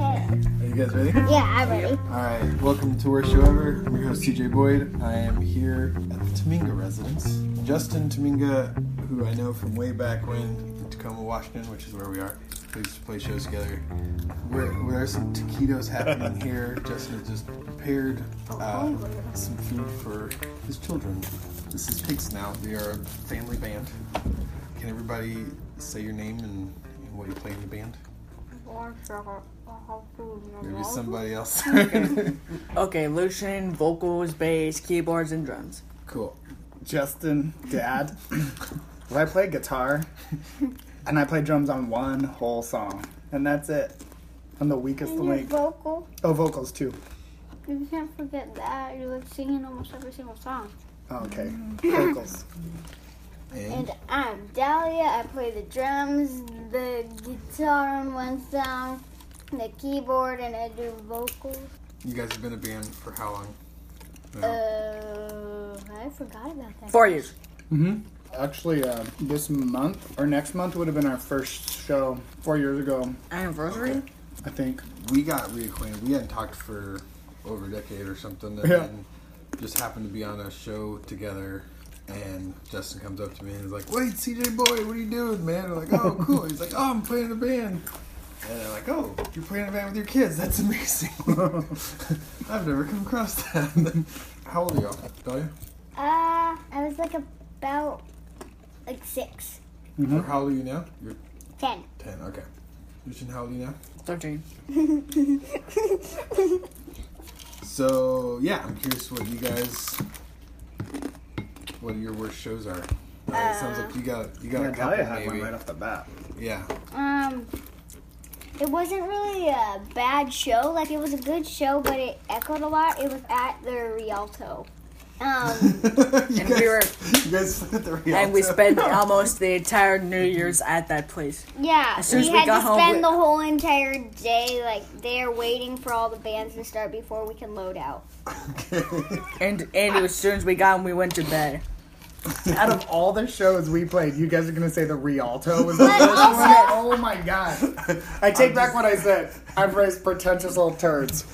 You guys ready? Yeah, I'm ready. All right. Welcome to Wheresoever. I'm your host TJ Boyd. I am here at the Tominga residence. Justin Tominga, who I know from way back when in Tacoma, Washington, which is where we are. We used to play shows together. Where, where are some taquitos happening here? Justin has just prepared uh, some food for his children. This is Pigs Now. We are a family band. Can everybody say your name and, and what you play in the band? Maybe somebody else. Okay, Lucian, vocals, bass, keyboards, and drums. cool. Justin, dad. well, I play guitar and I play drums on one whole song, and that's it. I'm the weakest And your link. vocal, Oh, vocals too. you can't forget that. You're like singing almost every single song. Oh, okay, vocals. And I'm Dahlia. I play the drums, the guitar on one song, the keyboard, and I do vocals. You guys have been a band for how long? Uh, I forgot about that. Four years. hmm Actually, uh, this month or next month would have been our first show four years ago, Anniversary? I think. We got reacquainted. We hadn't talked for over a decade or something, and Yeah. then just happened to be on a show together. And Justin comes up to me and is like, "Wait, CJ boy, what are you doing, man?" I'm like, "Oh, cool." He's like, "Oh, I'm playing in a band." And they're like, "Oh, you're playing in a band with your kids? That's amazing." I've never come across that. how old are y'all? Dahlia? Uh, I was like about like six, Or how old are you now? You're ten. ten. Okay. Lucian, how old are you now? 13. So yeah, I'm curious what you guys, what your worst shows are. Uh, it sounds like you got you got Yeah, a Dahlia couple had one maybe. right off the bat. Yeah, Um, it wasn't really a bad show. Like it was a good show, but it echoed a lot. It was at the Rialto. Um, you, And guys, we were- you guys played the Rialto. And we spent almost the entire New Year's at that place. yeah, As soon we as we had to got home, spend we- the whole entire day like there waiting for all the bands to start before we can load out. Okay. And, and as soon as we got home, we went to bed. Out of all the shows we played, you guys are gonna say the Rialto was the first one. Oh my god! I take back what I said. I've raised pretentious little turds.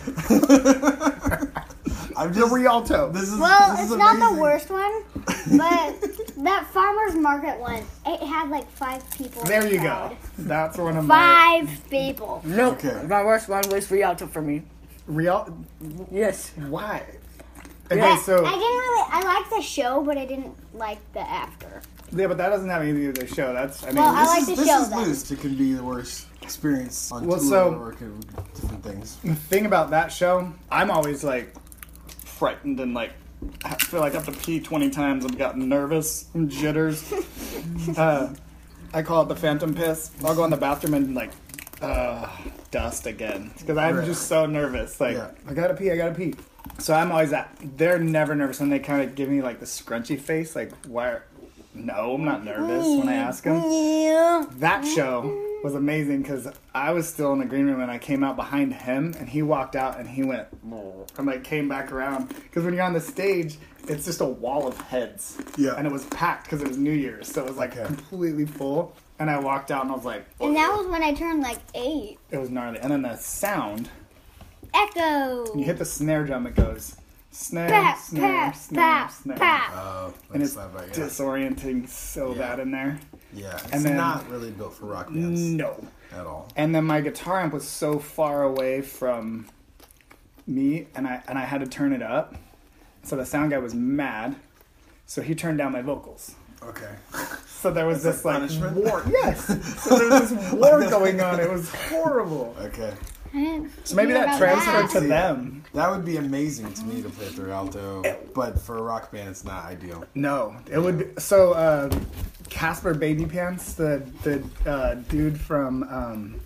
I'm The just Rialto. This is Well, this is it's not the amazing. worst one, but that farmers market one, it had like five people. in There the you crowd. go. That's one of my Five people. No, Okay. my worst one was Rialto for me. real. Yes. Why? Okay, I, so I didn't really. I liked the show, but I didn't like the after. yeah, but that doesn't have anything to do with the show. That's I mean, Well, I like This is, the this show is then. loose. It can be the worst experience on Well, tour so- or it could- different things. the thing about that show, I'm always like frightened and like I feel like I have to pee 20 times. I've got nervous and jitters. uh, I call it the phantom piss. I'll go in the bathroom and like uh, dust again because I'm Right. just so nervous. Like Yeah. I gotta pee, I gotta pee. So I'm always at. They're never nervous, and they kind of give me like the scrunchy face. Like why? No, I'm not nervous when I ask them. Yeah. That show was amazing because I was still in the green room and I came out behind him and he walked out and he went and like came back around because when you're on the stage it's just a wall of heads Yeah. and it was packed because it was New Year's so it was like Okay. completely full and I walked out and I was like And that was when I turned like eight. it was gnarly and then the sound Echo. you hit the snare drum it goes snare Pap, snare pap, snare pap, snare pap. Oh, and that's it's not bad. Yeah, disorienting so Yeah. bad in there yeah. It's then- Mm, not really built for rock bands no. at all. and then my guitar amp was so far away from me and I and I had to turn it up. So the sound guy was mad. So he turned down my vocals. Okay. So there was That's this like like, punishment? war. Yes. So there was this war going on. It was horrible. Okay. I didn't So maybe hear that about transferred that. to them. That would be amazing to me to play at the Rialto, but for a rock band, it's not ideal. No, it would. Be, so uh, Casper Baby Pants, the the uh, dude from um,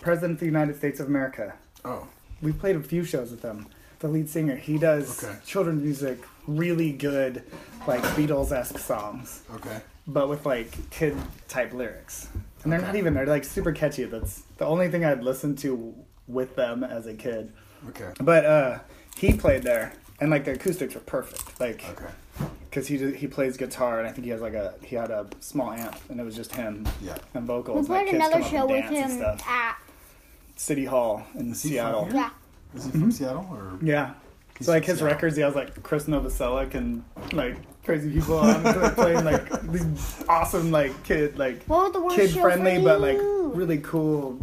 President of the United States of America. Oh. we played a few shows with him. The lead singer, he does Okay. children's music, really good, like Beatles esque songs, Okay. but with like kid type lyrics. And they're not even, they're like super catchy. That's the only thing I'd listened to with them as a kid. Okay. But uh, he played there, and like the acoustics were perfect. Like, Okay. because he, he plays guitar, and I think he has like a, he had a small amp, and it was just him Yeah. and We vocals. and, like, played kids another come up show and with dance and him stuff. at City Hall in he Seattle. from here? Yeah. Is he from Seattle or? Mm-hmm. Yeah. He's so like from his Seattle. records, he has like Chris Novoselic and like crazy people on it playing like these awesome like kid like What would the word kid show friendly for but like you? really cool How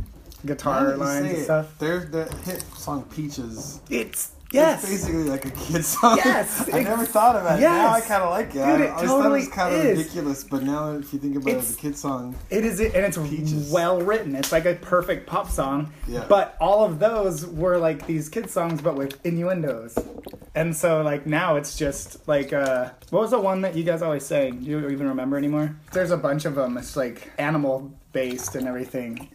do guitar you lines say and it? stuff. There's that hit song Peaches. It's It's yes. basically like a kid song. Yes, I never thought about it. Now I yes. kind of like it. Dude, I it always totally thought it was kind of is. ridiculous, but now if you think about it It's- as a kid song, It is, and it's Peaches. well written. It's like a perfect pop song. Yeah. But all of those were like these kids songs, but with innuendos. And so, like now, it's just like uh, what was the one that you guys always sang? Do you even remember anymore? There's a bunch of them. It's like animal based and everything.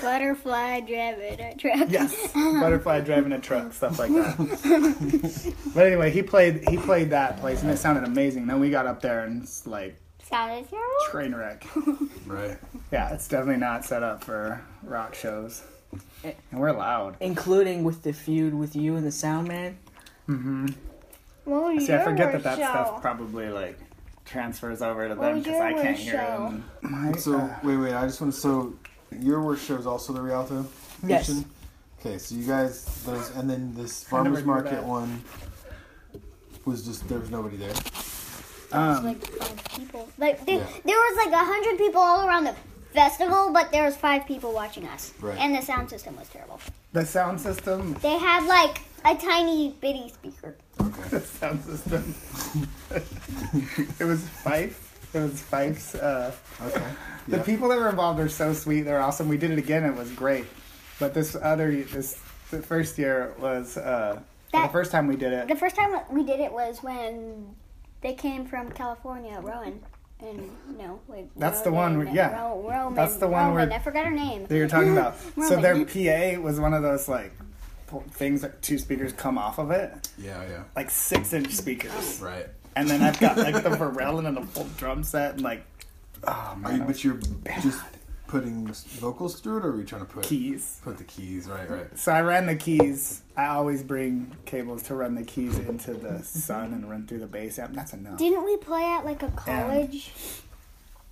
Butterfly driving a truck. Yes, butterfly driving a truck, stuff like that. but anyway, he played he played that place, and it sounded amazing. Then we got up there, and it's like Sounded terrible. train wreck. right? Yeah, it's definitely not set up for rock shows. And we're loud. Including with the feud with you and the sound man. What was See, your I forget word that that show? stuff probably like transfers over to What them was because your I can't worst hear them. My, uh, So wait, wait. I just want to. So your worst show is also the Rialto Yes. Mission. Okay, so you guys those, and then this I never farmers knew market that. one was just there was nobody there. um, like five people. Like there, Yeah. there was like a hundred people all around the festival, but there was five people watching us, Right. and the sound system was terrible. the sound system. They had like a tiny bitty speaker. Okay. The sound system. it was Fife. It was Fife's. Uh, Okay. The Yeah. people that were involved are so sweet. They're awesome. We did it again. It was great. But this other this the first year was uh, That- the first time we did it. The first time we did it was when they came from California, Rowan. And no, wait. That's the Rowan, one where- yeah. Ro- Roman, That's the one where- Rowan, I forgot her name. that you're talking about. so their Roman. PA was one of those like po- things that two speakers come off of it, Yeah. Yeah. like six inch speakers. Right. And then I've got like the Varelin and a full drum set and like oh Are you, man, but you're just putting vocals through it, or are you trying to put keys. put the keys? Right. Right. So I ran the keys. I always bring cables to run the keys into the sun and run through the bass amp. That's enough. Didn't we play at like a college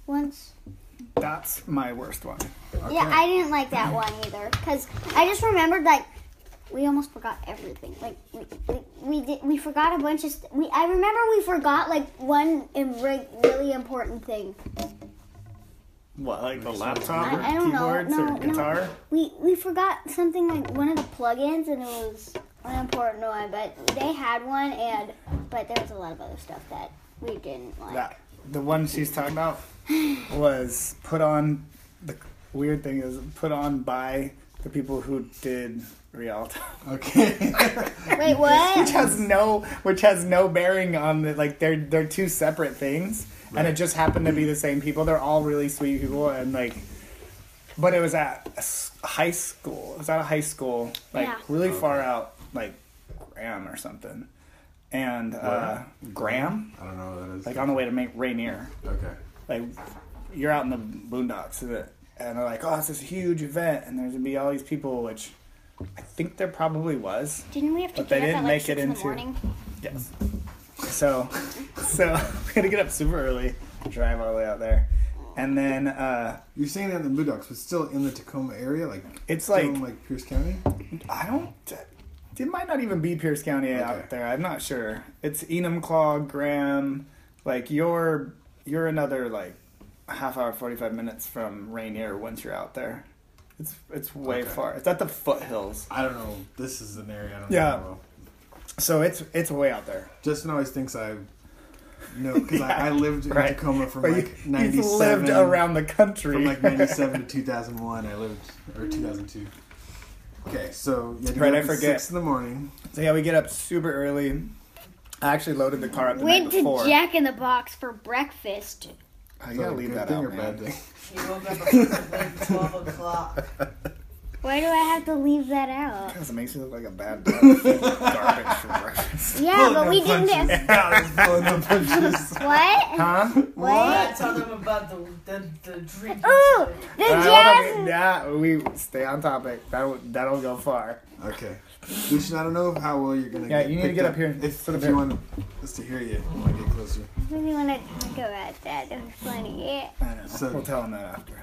once? That's my worst one. Yeah, I didn't like that one either because I just remembered like we almost forgot everything. Like we, we, we did we forgot a bunch of st- we. I remember we forgot like one im- re- really important thing. What, like the I- laptop or I don't know. keyboards No, or no. guitar? We we forgot something like one of the plugins and it was an important one, but they had one and but there was a lot of other stuff that we didn't like. That the one she's talking about was put on. The weird thing is put on by the people who did Rialto, Okay. Wait, what? which has no, which has no bearing on the like they're they're two separate things, and it just happened to be the same people. They're all really sweet people, and like. But it was at a s- high school. It was at a high school, like Yeah. really far out, like Graham or something. And uh, Graham, I don't know what that is. like on the way to make Rainier. okay. Like you're out in the boondocks, is it? And they're like, oh, it's this huge event, and there's gonna be all these people, which I think there probably was. Didn't we have to But they get up didn't at like make it six in the into- morning? Yes. So, so we had to get up super early, drive all the way out there, and then uh, You're saying that in the Boondocks, but still in the Tacoma area, like It's still like- in, like Pierce County. I don't. It might not even be Pierce County Okay. out there. I'm not sure. It's Enumclaw, Graham. Like you're you're another like half hour, forty five minutes from Rainier once you're out there. It's it's way Okay. far. It's at the foothills. I don't know. This is an area. I don't Yeah. Know. well. So it's it's way out there. Justin always thinks I know because I, I Yeah, lived in right. Tacoma from But like you, you've ninety lived seven around the country. from like ninety seven to two thousand one. I lived or two thousand two. Okay, so you had to Right, get I up at forget. six in the morning. so yeah, we get up super early. I actually loaded the car up the Went night to before. Jack in the Box for breakfast. I Is gotta a leave Oh, good that thing out, or man. bad thing? You woke up at 12 o'clock. Why do I have to leave that out? Because it makes you look like a bad dog. garbage for breakfast. Yeah, Pulling but no we didn't. punches. Get, Yeah, I was pulling no punches. what? Huh? I What? tell them about the the, the drink. Ooh, the Uh, jazz. hold on, yeah, we stay on topic. That'll that'll go far. Okay. Lucian, I don't know how well you're gonna. Yeah, you need to picked get up up here and If, sit up if you here. want us to hear you, I want to get closer. really want to talk about that. It was funny. Yeah. I know. So- we'll tell him that after.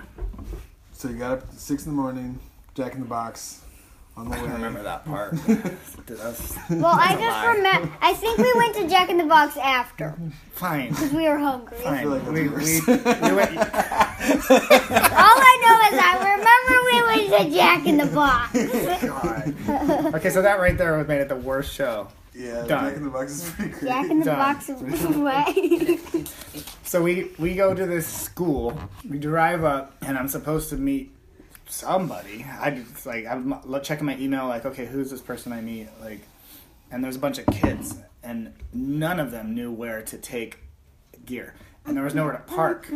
So you got up at six in the morning, Jack in the Box. on the way. I remember that part. Dude, that's Well, I a just lie. remember. I think we went to Jack in the Box after fine. because we were hungry. Fine. feel like that's we, we, worse. we went, All I know is I remember we went to Jack in the Box. God. Okay, so that right there made it the worst show. Yeah, Done. Jack in the Box is pretty crazy. Jack in the Done. Box is what? So we we go to this school. We drive up, and I'm supposed to meet somebody. I just like I'm lo- checking my email, like okay, who's this person I meet? Like, and there's a bunch of kids, and none of them knew where to take gear, and there was nowhere to park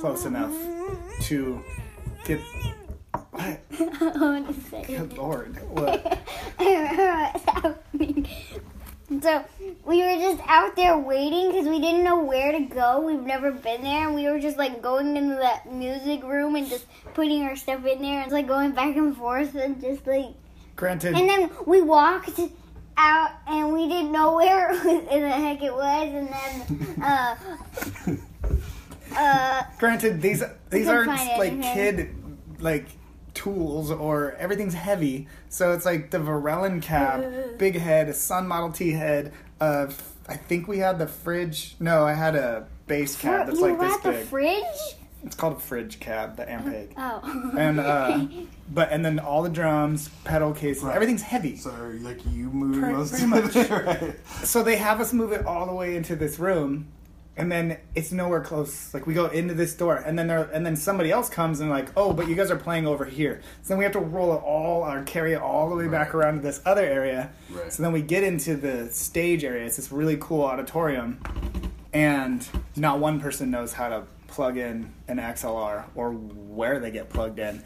close enough to get. What? I want to say. Good lord! What? I remember what's happening. So we were just out there waiting because we didn't know where to go. We've never been there, and we were just like going into that music room and just putting our stuff in there, and like going back and forth, and just like. Granted, And then we walked out, and we didn't know where in the heck it was, and then uh, uh, granted these these couldn't aren't find like anything. kid like tools or everything's heavy so it's like the Varellin cab big head a sun model t head uh f- i think we had the fridge no i had a base cab that's you like were this at the big fridge. it's called a fridge cab the ampeg Oh, and uh but and then all the drums pedal cases Right. everything's heavy So, like, you moved Pretty- most pretty of much. it, right? so they have us move it all the way into this room and then it's nowhere close like we go into this door and then there and then somebody else comes and like oh but you guys are playing over here so then we have to roll it all or carry it all the way back Right. around to this other area Right. so then we get into the stage area it's this really cool auditorium and not one person knows how to plug in an xlr or where they get plugged in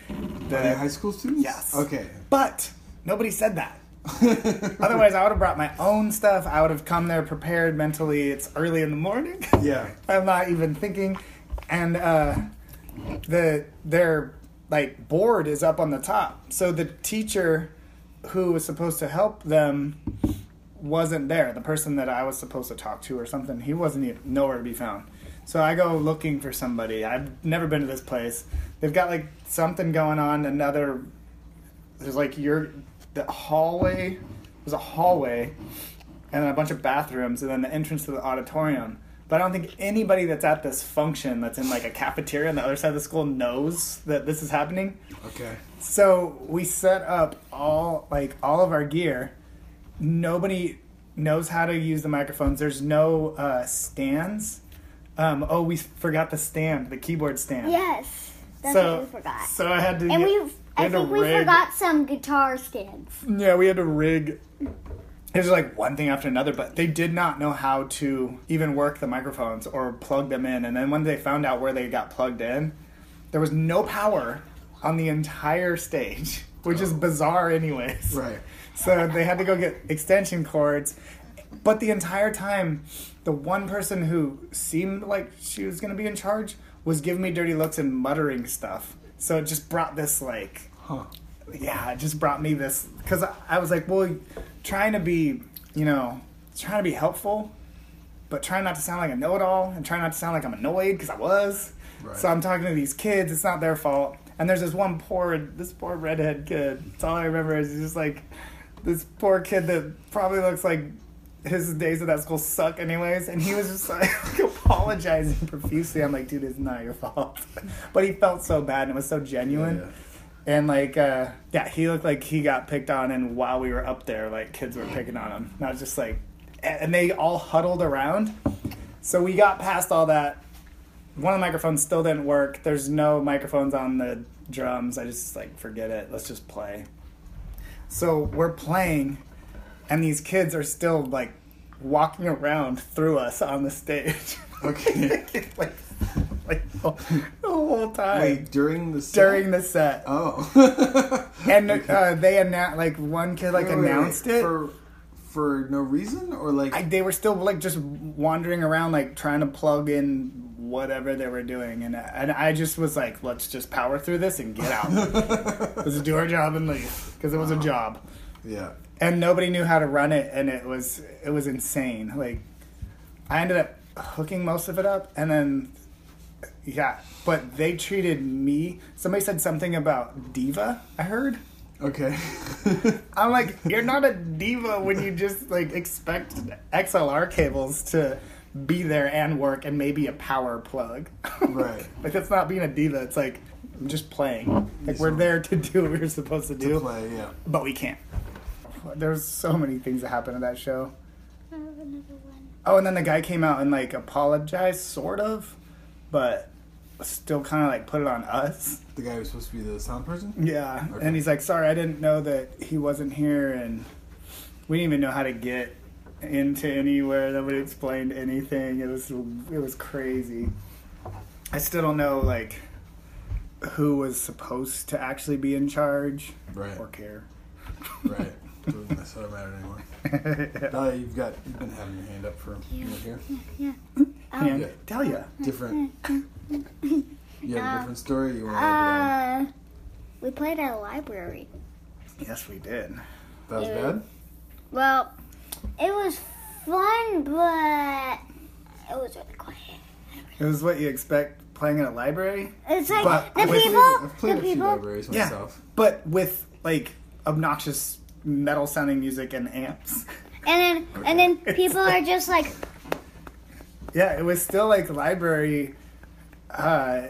The- Are they high school students? Yes. Okay. but nobody said that Otherwise, I would have brought my own stuff. I would have come there prepared mentally. It's early in the morning. yeah. I'm not even thinking. And uh, the their like board is up on the top, so the teacher who was supposed to help them wasn't there. The person that I was supposed to talk to or something, he wasn't even, nowhere to be found. So I go looking for somebody. I've never been to this place. They've got like something going on. Another there's like your the hallway. There's a hallway and then a bunch of bathrooms and then the entrance to the auditorium. But I don't think anybody that's at this function that's in like a cafeteria on the other side of the school knows that this is happening. Okay. So we set up all like all of our gear. Nobody knows how to use the microphones. There's no uh, stands. Um, oh, we forgot the stand, the keyboard stand. yes, that's so what we forgot. so I had to. And get- we, I had Oh, to think we rig- forgot some guitar stands. Yeah, we had to rig. It was like one thing after another, but they did not know how to even work the microphones or plug them in. And then when they found out where they got plugged in, there was no power on the entire stage, which is bizarre, anyways. Right. So they had to go get extension cords. But the entire time, the one person who seemed like she was going to be in charge was giving me dirty looks and muttering stuff. So it just brought this, like, Huh. yeah, it just brought me this because I, I was like, well, trying to be, you know, trying to be helpful, but trying not to sound like a know-it-all and trying not to sound like I'm annoyed because I was. Right. So I'm talking to these kids. It's not their fault. And there's this one poor, this poor redhead kid. That's all I remember is he's just like this poor kid that probably looks like his days at that school suck anyways and he was just like apologizing profusely i'm like dude it's not your fault but he felt so bad and it was so genuine Yeah. and like, uh, yeah, he looked like he got picked on, and while we were up there, like kids were picking on him. Not just like, and and they all huddled around. So we got past all that. One of the microphones still didn't work. There's no microphones on the drums. I just like forget it. Let's just play. So we're playing, and these kids are still like walking around through us on the stage, Okay. like, like the whole time Wait, during the set? during the set. Oh. And uh, they announced, like, one kid, like, Wait, wait, wait. announced it. For, for no reason? Or, like, I, they were still, like, just wandering around, like, trying to plug in whatever they were doing. And, and I just was like, let's just power through this and get out. let's do our job and leave. Because it was a job. yeah. And nobody knew how to run it. And it was, it was insane. Like, I ended up hooking most of it up. And then, yeah. But they treated me, somebody said something about diva, I heard. Okay. I'm like, you're not a diva when you just like expect XLR cables to be there and work and maybe a power plug. Right. like that's not being a diva. It's like I'm just playing. Like we're there to do what we're supposed to do, Play, yeah. but we can't. There's so many things that happen in that show. I have another one. Oh, and then the guy came out and like apologized, sort of, but still kind of like put it on us. The guy who's supposed to be the sound person? Yeah. Okay. And he's like, sorry, I didn't know that he wasn't here, and we didn't even know how to get into anywhere. Nobody explained anything. It was it was crazy. I still don't know like who was supposed to actually be in charge Right. or care. Right. Doesn't necessarily matter anymore. Dahlia, you've got you've been having your hand up for a minute here. and Yeah. Delia. Different. You have a Uh, different story. You want to elaborate Uh, we played at a library. Yes, we did. on it? That was bad. Well, it was fun, but it was really quiet. It was what you expect playing in a library, It's like But the with- people, I've played the a few people. libraries Oh, Yeah. myself. but with like obnoxious metal sounding music and amps. And then and then people are just like Yeah, it was still like library. Uh,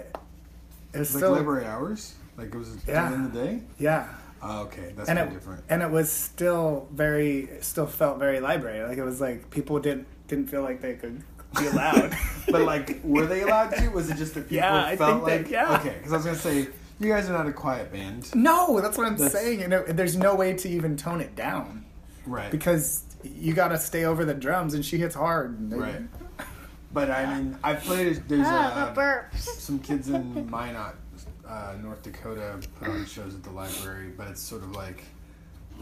it was Like still library hours. Like it was Yeah. during the day. yeah, Oh, okay, that's kind and it of different. and it was still very still felt very library. Like it was like people didn't didn't feel like they could be allowed. but like, were they allowed to? Was it just that people Yeah, I felt think they- like? yeah. Okay, because I was gonna say you guys are not a quiet band, no, that's what I'm That's- saying. You know, there's no way to even tone it down right? because you got to stay over the drums, and she hits hard. And right. But I mean, I played. There's Ah, oh, the uh, burps. some kids in Minot, uh, North Dakota, put on shows at the library, but it's sort of like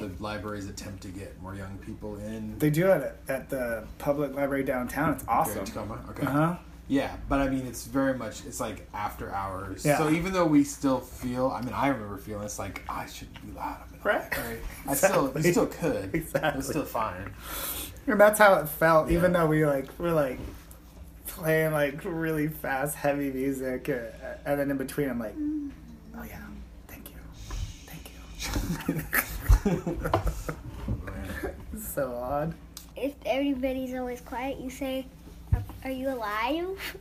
the library's attempt to get more young people in. They do it at, at the public library downtown. It's awesome. Great Tacoma, Okay. Uh huh. Yeah, but I mean, it's very much it's like after hours. Yeah. So even though we still feel, I mean, I remember feeling it's like "Ah, I shouldn't be loud. I'm in a Right. library. I still, you Exactly. still could. It Exactly. was still fine. And that's how it felt, even Yeah. though we like were like playing like really fast, heavy music, uh, and then in between, I'm like, oh yeah, thank you, thank you. It's so odd. If everybody's always quiet, you say, "Are- "Are you alive?"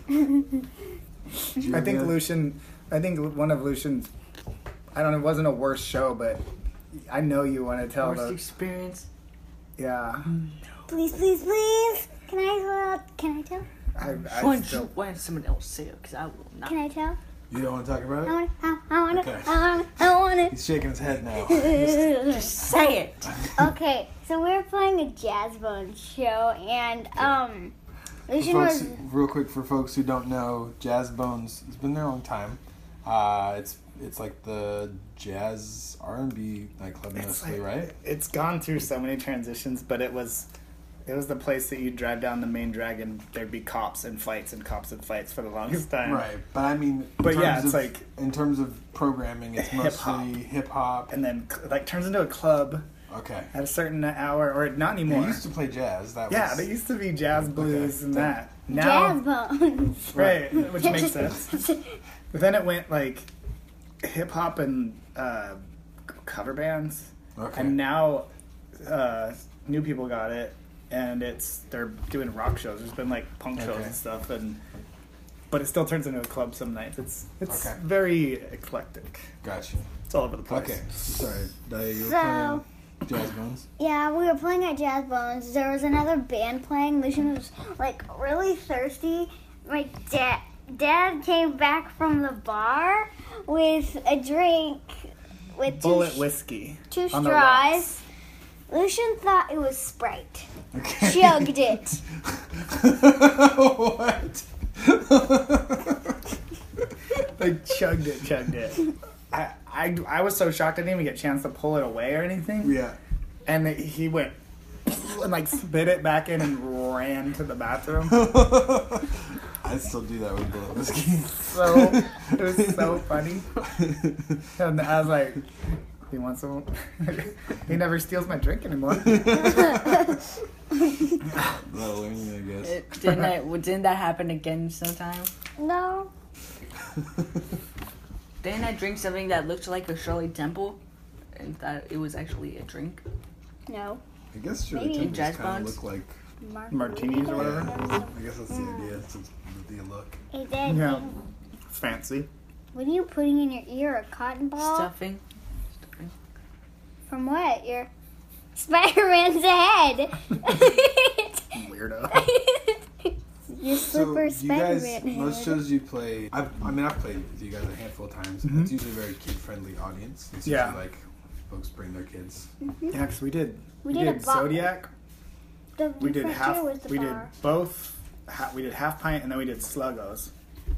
I think Lucian, I think one of Lucian's, I don't know, it wasn't a worse show, but I know you want to tell Worst those. experience. Yeah, Please, please, please. Can I uh, can I tell? I, I Mm-hmm. Why still, don't you let someone else say it? Because I will not. Can I tell? You don't want to talk about I it? want to. I want to. Okay. I want to. I want He's shaking his head now. to. Just say it. Okay, so we were playing a jazz band show, and um, Lucian folks, was real quick for folks who don't know, Jazz Bones has been there a long time. Uh, it's it's like the jazz R and B nightclub mostly, like- right? it's gone through so many transitions, but it was. It was the place that you drive down the main drag and there'd be cops and fights and cops and fights for the longest time. Right, but I mean, in But yeah, terms it's of- like- in terms of programming, it's Hip-hop. mostly hip hop. and then cl- like turns into a club Okay, at a certain hour or not they anymore. used to play jazz. That yeah, was, they used to be jazz blues and that. Now, jazz bones. right, which makes sense. But then it went like hip hop and uh, c- cover bands, Okay. and now uh, new people got it, and it's they're doing rock shows. There's been like punk shows Okay. and stuff, and but it still turns into a club some nights. It's it's Okay. very eclectic. gotcha. It's all over the place. Okay, sorry, Dahlia, you were So- playing jazz bones. Yeah, we were playing at Jazz Bones. There was another band playing. Lucian was like really thirsty. My dad dad came back from the bar with a drink with two, Bullet sh- whiskey. two on the rocks. straws. Lucian thought it was Sprite. Okay. Chugged it. what? I chugged it, chugged it. I, I, I was so shocked I didn't even get a chance to pull it away or anything. yeah. And it- he went and like spit it back in and ran to the bathroom. I still do that with bullet whiskey. So it was so funny. And I was like, he wants some. he never steals my drink anymore. Well, learning, I guess. It- didn't, I, didn't that happen again sometime? No. Didn't I drink something that looked like a Shirley Temple? And that it was actually a drink. No. I guess Shirley Maybe. Temples Jazz kind of bones? look like. Martinis or whatever? Yeah, I guess that's the idea. It's just the look. Hey, Dad, Yeah. Fancy. what are you putting in your ear? A cotton ball? Stuffing. From what? Your Spider-Man's head. Weirdo. your So slipper you guys, Spider-Man most head. shows you play. I've, I mean, I've played with you guys a handful of times. and It's usually a very kid-friendly audience. It's usually Mm-hmm. Yeah. like folks bring their kids. Actually, we did. We did a bo- Zodiac. The, We did first half. year was the We did bar. both. Ha, we did half pint, and then we did sluggos.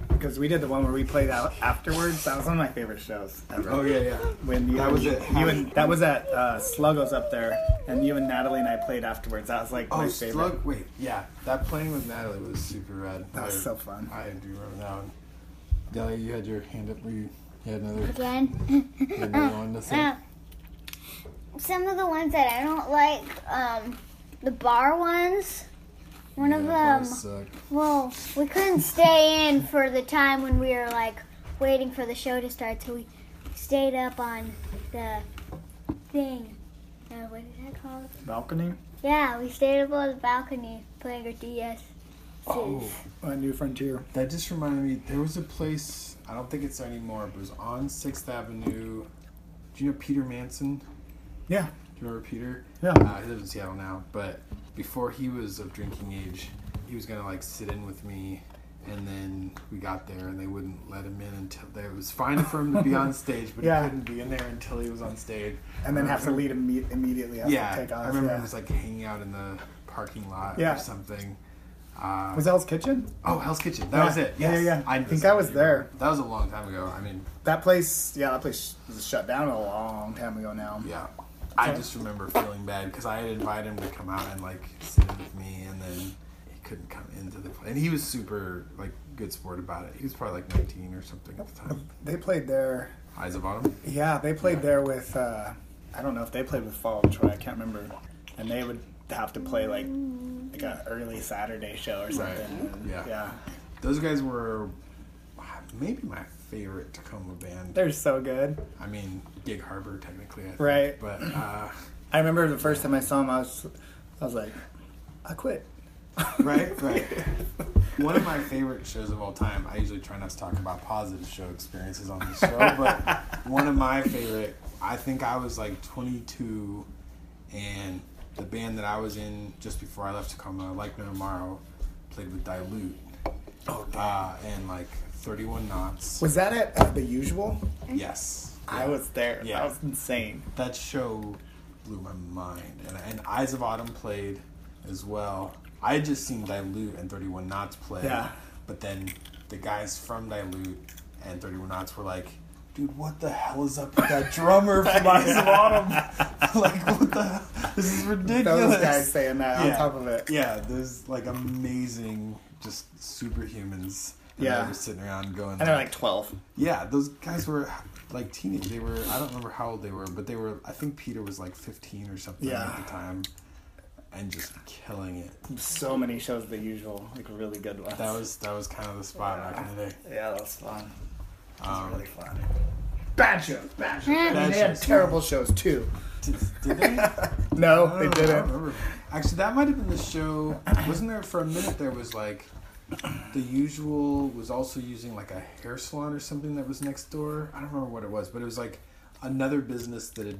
Because we did the one where we played out afterwards. That was one of my favorite shows ever. Oh yeah, yeah. When you, That was it. You and that was at uh, Sluggos up there, and you and Natalie and I played afterwards. That was like Oh, my favorite. Slug. Wait, yeah. That playing with Natalie was super rad. That was I- so fun. I do remember that one. Delia, you had your hand up. Were you? You had another. Again. you had another one to say? Uh, some of the ones that I don't like, um, the bar ones. One Yeah, of them. bars suck. Well, we couldn't stay in for the time when we were like waiting for the show to start, so we stayed up on the thing. Uh, what is that called? Balcony. Yeah, we stayed up on the balcony playing our DS. Oh, A new frontier. that just reminded me. There was a place. I don't think it's there anymore. But it was on Sixth Avenue. Do you know Peter Manson? Yeah. Do you remember Peter? Yeah. Uh, he lives in Seattle now, but before he was of drinking age, he was gonna like sit in with me, and then we got there and they wouldn't let him in until there it was fine for him to be on stage, but Yeah. he couldn't be in there until he was on stage. And then I have to remember- lead imme- immediately. Have to Yeah, Take off. I remember yeah. him was like hanging out in the parking lot Yeah. or something. Uh, Was Elle's Kitchen? oh, Hell's Kitchen. That Yeah. was it. Yeah, Yes. yeah, yeah. I think I was there. That was a long time ago. I mean, That place, yeah, that place was shut down a long time ago now. Yeah. I just remember feeling bad because I had invited him to come out and like sit in with me, and then he couldn't come into the play. And he was super like good sport about it. He was probably like 19 or something at the time. They played there. Eyes of Autumn. Yeah, they played there with. Uh, I don't know if they played with Fall of Troy. I can't remember. And they would have to play like like an early Saturday show or something. yeah. Yeah. Those guys were uh, maybe my favorite Tacoma band. They're so good. I mean, Gig Harbor technically, I think, Right. But uh, I remember the first time I saw them, I was, I was like, I quit. right, right. One of my favorite shows of all time. I usually try not to talk about positive show experiences on this show, but one of my favorite. I think I was like 22, and the band that I was in just before I left Tacoma, like No Tomorrow, played with Dilute. Oh, uh, and like 31 knots. Was that at uh, the usual? Yes, I was there. Yeah. That was insane. that show blew my mind. And, and Eyes of Autumn played as well. I had just seen Dilute and 31 Knots play. Yeah. But then the guys from Dilute and 31 Knots were like, dude, what the hell is up with that drummer from Eyes of Autumn? like, what the hell? This is ridiculous. Those guys saying that Yeah. on top of it. Yeah, those like amazing, just superhumans. And Yeah. They were sitting around going, And they're like 12. yeah, those guys were like teenage. They were I don't remember how old they were, but they were I think Peter was like 15 or something Yeah. at the time and just killing it. So many shows, the usual, like really good ones. That was that was kind of the spot back in the day. Yeah, that was fun. That was Um, really fun. Bad shows, bad shows. I mean, they had shows. terrible shows too. Did, did they? I No, don't know, I they don't didn't. remember. Actually, that might have been the show. Wasn't there for a minute there was like the usual was also using like a hair salon or something that was next door. I don't remember what it was, but it was like another business that had,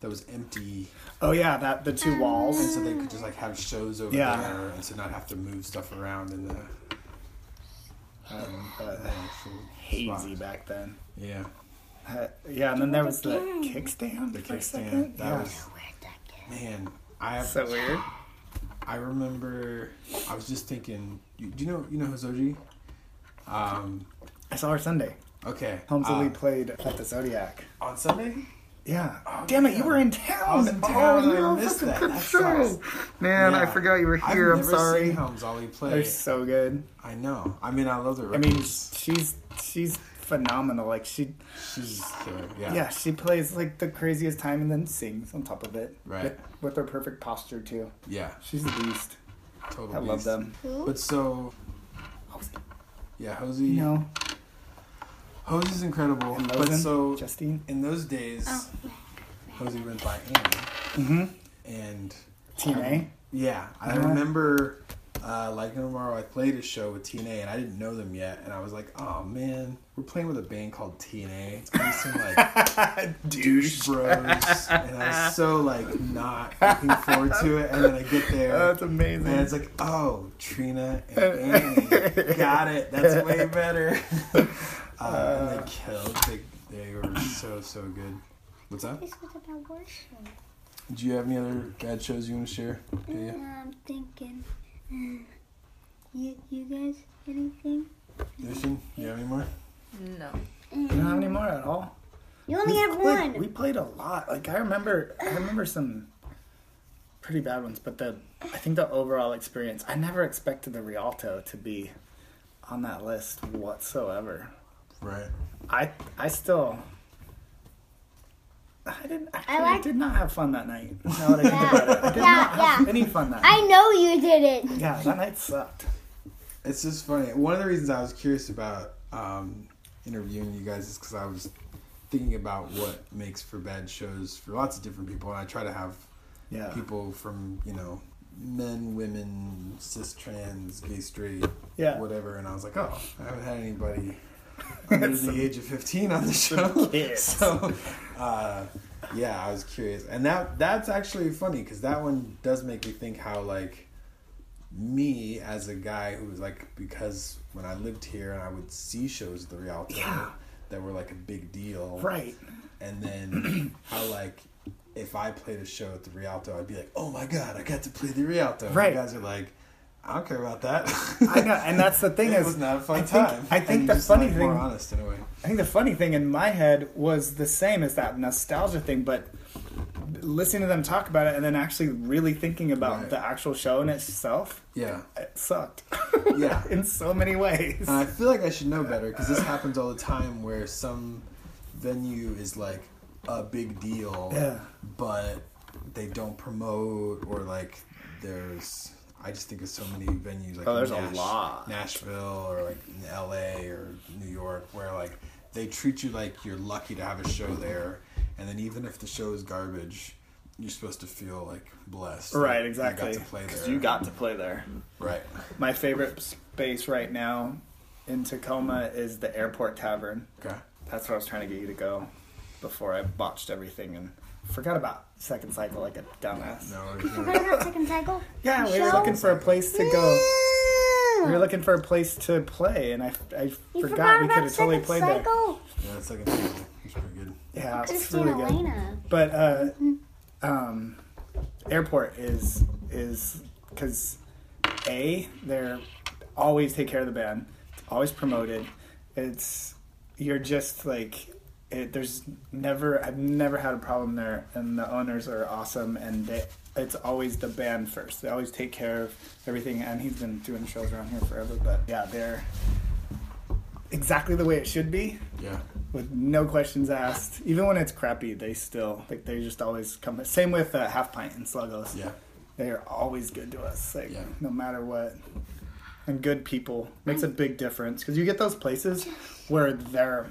that was empty Oh yeah, that the two and walls. so they could just like have shows over Yeah. there, and so not have to move stuff around in the, Um, but the actual hazy spot. back then. Yeah, Uh, yeah, and then there was the kickstand. the for a kickstand. second. That yeah. was man. I have, so weird. I remember. I was just thinking. You, do you know you know Hosoji? Um. I saw her Sunday. Okay. Holmes uh, Lee played at the Zodiac. on Sunday. Yeah. Damn it, yeah. you were in town. Oh, I was in town. and I missed that. That sucks. Man, I Yeah. forgot you were I've here. I'm never Seen sorry. Holmes Ollie play. They're so good. I know. I mean, I love the. I mean, records. she's she's phenomenal. Like she she's killer. Yeah. Yeah, she plays like the craziest time and then sings on top of it. Right. With, with her perfect posture too. Yeah. She's a beast. Total. I love beast. them. Who? But so. Yeah, Hosey. You know, Hose is incredible, And Oh, but Lozen, so Justine. in those days, Oh. Hosey went by hand, Mm-hmm. and Team A. yeah, I Uh-huh. remember uh, like in tomorrow I played a show with TNA, and I didn't know them yet, and I was like, oh man, we're playing with a band called TNA. It's gonna be some like douche bros, and I was so like not looking forward to it, and then I get there. That's and amazing. it's like, oh, Trina and Annie. Got it. That's way better. Uh, and they killed. They, they were so, so good. What's up? This was about worship. Do you have any other bad shows you want to share? Yeah. I'm thinking. You, you guys, anything? Listen, you have any more? No. you don't have any more at all. You only have like, one. we played a lot. Like I remember, I remember some pretty bad ones, but the I think the overall experience, I never expected the Rialto to be on that list whatsoever. Right. I I still. I didn't. Actually, I like- did not have fun that night. Now that I think about it, I did Yeah, not have yeah. any fun that night. I know you did it. Yeah, that night sucked. It's just funny. One of the reasons I was curious about um, interviewing you guys is because I was thinking about what makes for bad shows for lots of different people, and I try to have Yeah. people from you know men, women, cis, trans, gay, straight, Yeah. whatever. And I was like, oh, I haven't had anybody under the age of fifteen on the show. kids. so, uh, yeah, I was curious, and that that's actually funny because that one does make me think how like me as a guy who was like because when I lived here and I would see shows at the Rialto Yeah. that were like a big deal, Right. and then how like if I played a show at the Rialto, I'd be like, oh my god, I got to play the Rialto. And Right. You guys are like, I don't care about that. I know, and that's the thing it is, was not a fun I think- time. I think And the just, funny like, thing- more honest in a way. I think the funny thing in my head was the same as that nostalgia thing, but listening to them talk about it and then actually really thinking about Right. the actual show in itself, Yeah, it sucked. Yeah. in so many ways. and I feel like I should know better because this happens all the time where some venue is like a big deal, Yeah. but they don't promote or like there's. I just think of so many venues like Oh, there's a Nash- lot. Nashville or like in LA or New York where like they treat you like you're lucky to have a show there and then even if the show is garbage you're supposed to feel like blessed. like, right, exactly. You got to play 'Cause there. You got to play there. right. My favorite space right now in Tacoma is the Airport Tavern. Okay. That's where I was trying to get you to go before I botched everything and forgot about Second Cycle like a dumbass. No. What about second cycle? Yeah, we were Show? looking for a place to go. We were looking for a place to play, and I, I You forgot, forgot we about could have totally second played there. cycle. Yeah, that's like a table. It's pretty good. Yeah, it's Christina really good. Elena. But uh, um, airport is is because a they're always take care of the band, it's always promoted. It's you're just like it, there's never I've never had a problem there, and the owners are awesome, and they, it's always the band first. They always take care of everything, and he's been doing shows around here forever. But yeah, they're exactly the way it should be Yeah. with no questions asked. Even when it's crappy, they still like they just always come. Same with uh, half pint and Sluggos. Yeah. they are always good to us. Like Yeah. no matter what, and good people makes a big difference because you get those places where they're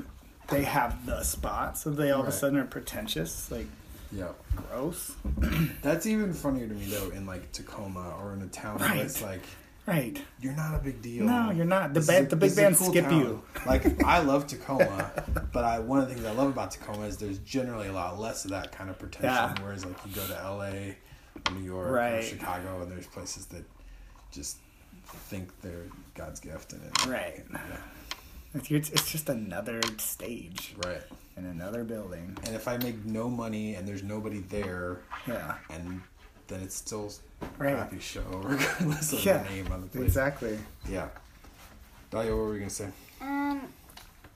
they have the spot, so they all of Right. a sudden are pretentious, like Yeah. gross. That's even funnier to me though in like Tacoma or in a town where it's like Right? you're not a big deal. No, you're not. The This ba- is a- the this big is a bands cool skip town. you. Like I love Tacoma, but I one of the things I love about Tacoma is there's generally a lot less of that kind of pretension. Yeah. Whereas like you go to L.A., or New York, or Right. Chicago, and there's places that just think they're God's gift and it. Right. It's, it's just another stage Right. in another building. And if I make no money and there's nobody there, Yeah. and then it's still a Right. crappy show regardless of Yeah. the name on the place. Exactly. Yeah. Dahlia, what were we gonna say? Um,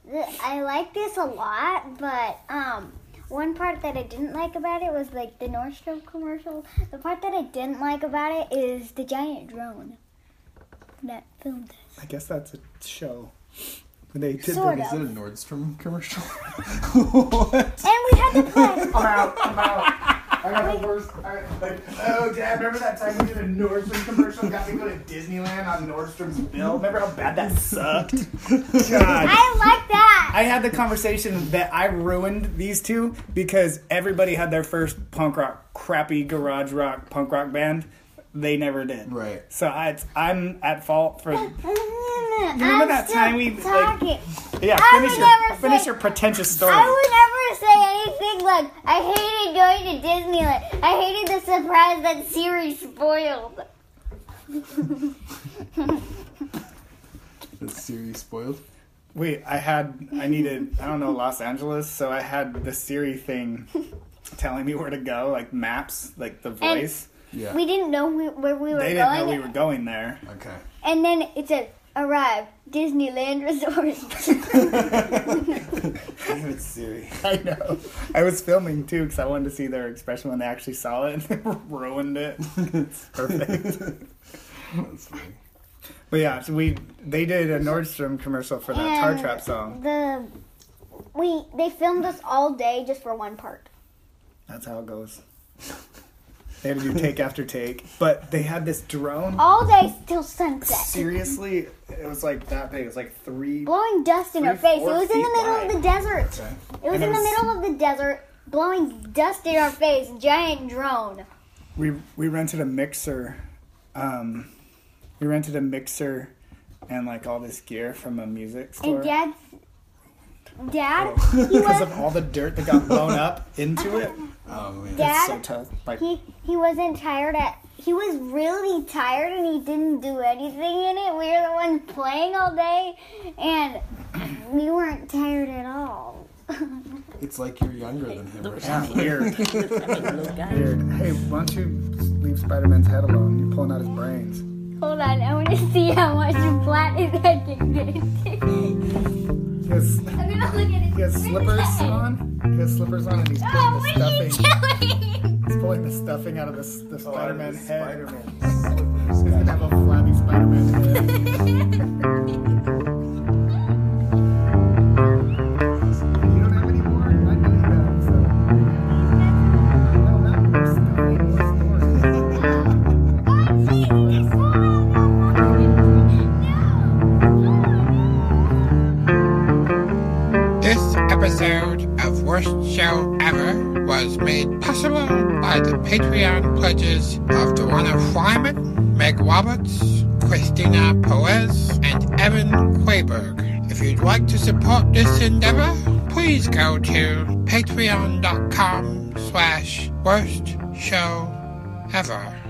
th- I like this a lot, but um, one part that I didn't like about it was like the Nordstrom commercial. The part that I didn't like about it is the giant drone that filmed it. I guess that's a show. They did Sort the- of. Is it a Nordstrom commercial? what? And we had to play. I'm out. I'm out. I got the worst. I, like, oh, Dad, remember that time we did a Nordstrom commercial? Got me to go to Disneyland on Nordstrom's bill. Remember how bad that sucked? God. I like that. I had the conversation that I ruined these two because everybody had their first punk rock, crappy garage rock punk rock band. They never did. Right. So I, it's, I'm at fault for. Remember that time we, like- talking. Yeah, I finish would your never finish say- your pretentious story. I would never say anything like I hated going to Disneyland. I hated the surprise that Siri spoiled. Is Siri spoiled? Wait, I had I needed I don't know Los Angeles, so I had the Siri thing telling me where to go, like maps, like the voice. Yeah. We didn't know we, where we were they didn't going, know we were going there. okay. and then it said arrive Disneyland Resort. Damn it, Siri. I know. I was filming too because I wanted to see their expression when they actually saw it. and Ruined it. It's perfect. That's funny. but yeah, so we they did a Nordstrom commercial for that Tar And Trap song. the we they filmed us all day just for one part. That's how it goes. They had to do take after take, but they had this drone. All day till sunset. Seriously, it was like that big. It was like three Blowing dust in her Three, face. It four was in the feet middle of wide. the desert. Okay. It was in And it the was- middle of the desert, blowing dust in our face, giant drone. we we rented a mixer um we rented a mixer and like all this gear from a music store And dad, dad, he because was of all the dirt that got blown up into it Oh man. it's so dad. tough like He he wasn't tired at. He was really tired and he didn't do anything in it. We were the ones playing all day, and we weren't tired at all. It's like you're younger than him or yeah, something. weird little guy. weird hey why don't you leave spider-man's head alone you're pulling out his brains Hold on, I want to see how much flat his head can get. he has, I'm gonna look at his. he has slippers on he has slippers on and he's pulling Oh, what the are you stuffing doing? he's pulling the stuffing Oh, out of this the spider-man head Spider-Man. he's gonna have a flabby spider-man head You don't have any more? I know you have, so. No, not more stuff. More stories. This episode of Worst Show Ever was made possible by the Patreon pledges of Dorana Fryman, Meg Roberts, Christina Perez, and Evan Quayberg. If you'd like to support this endeavor, please go to patreon.com slash worst show ever.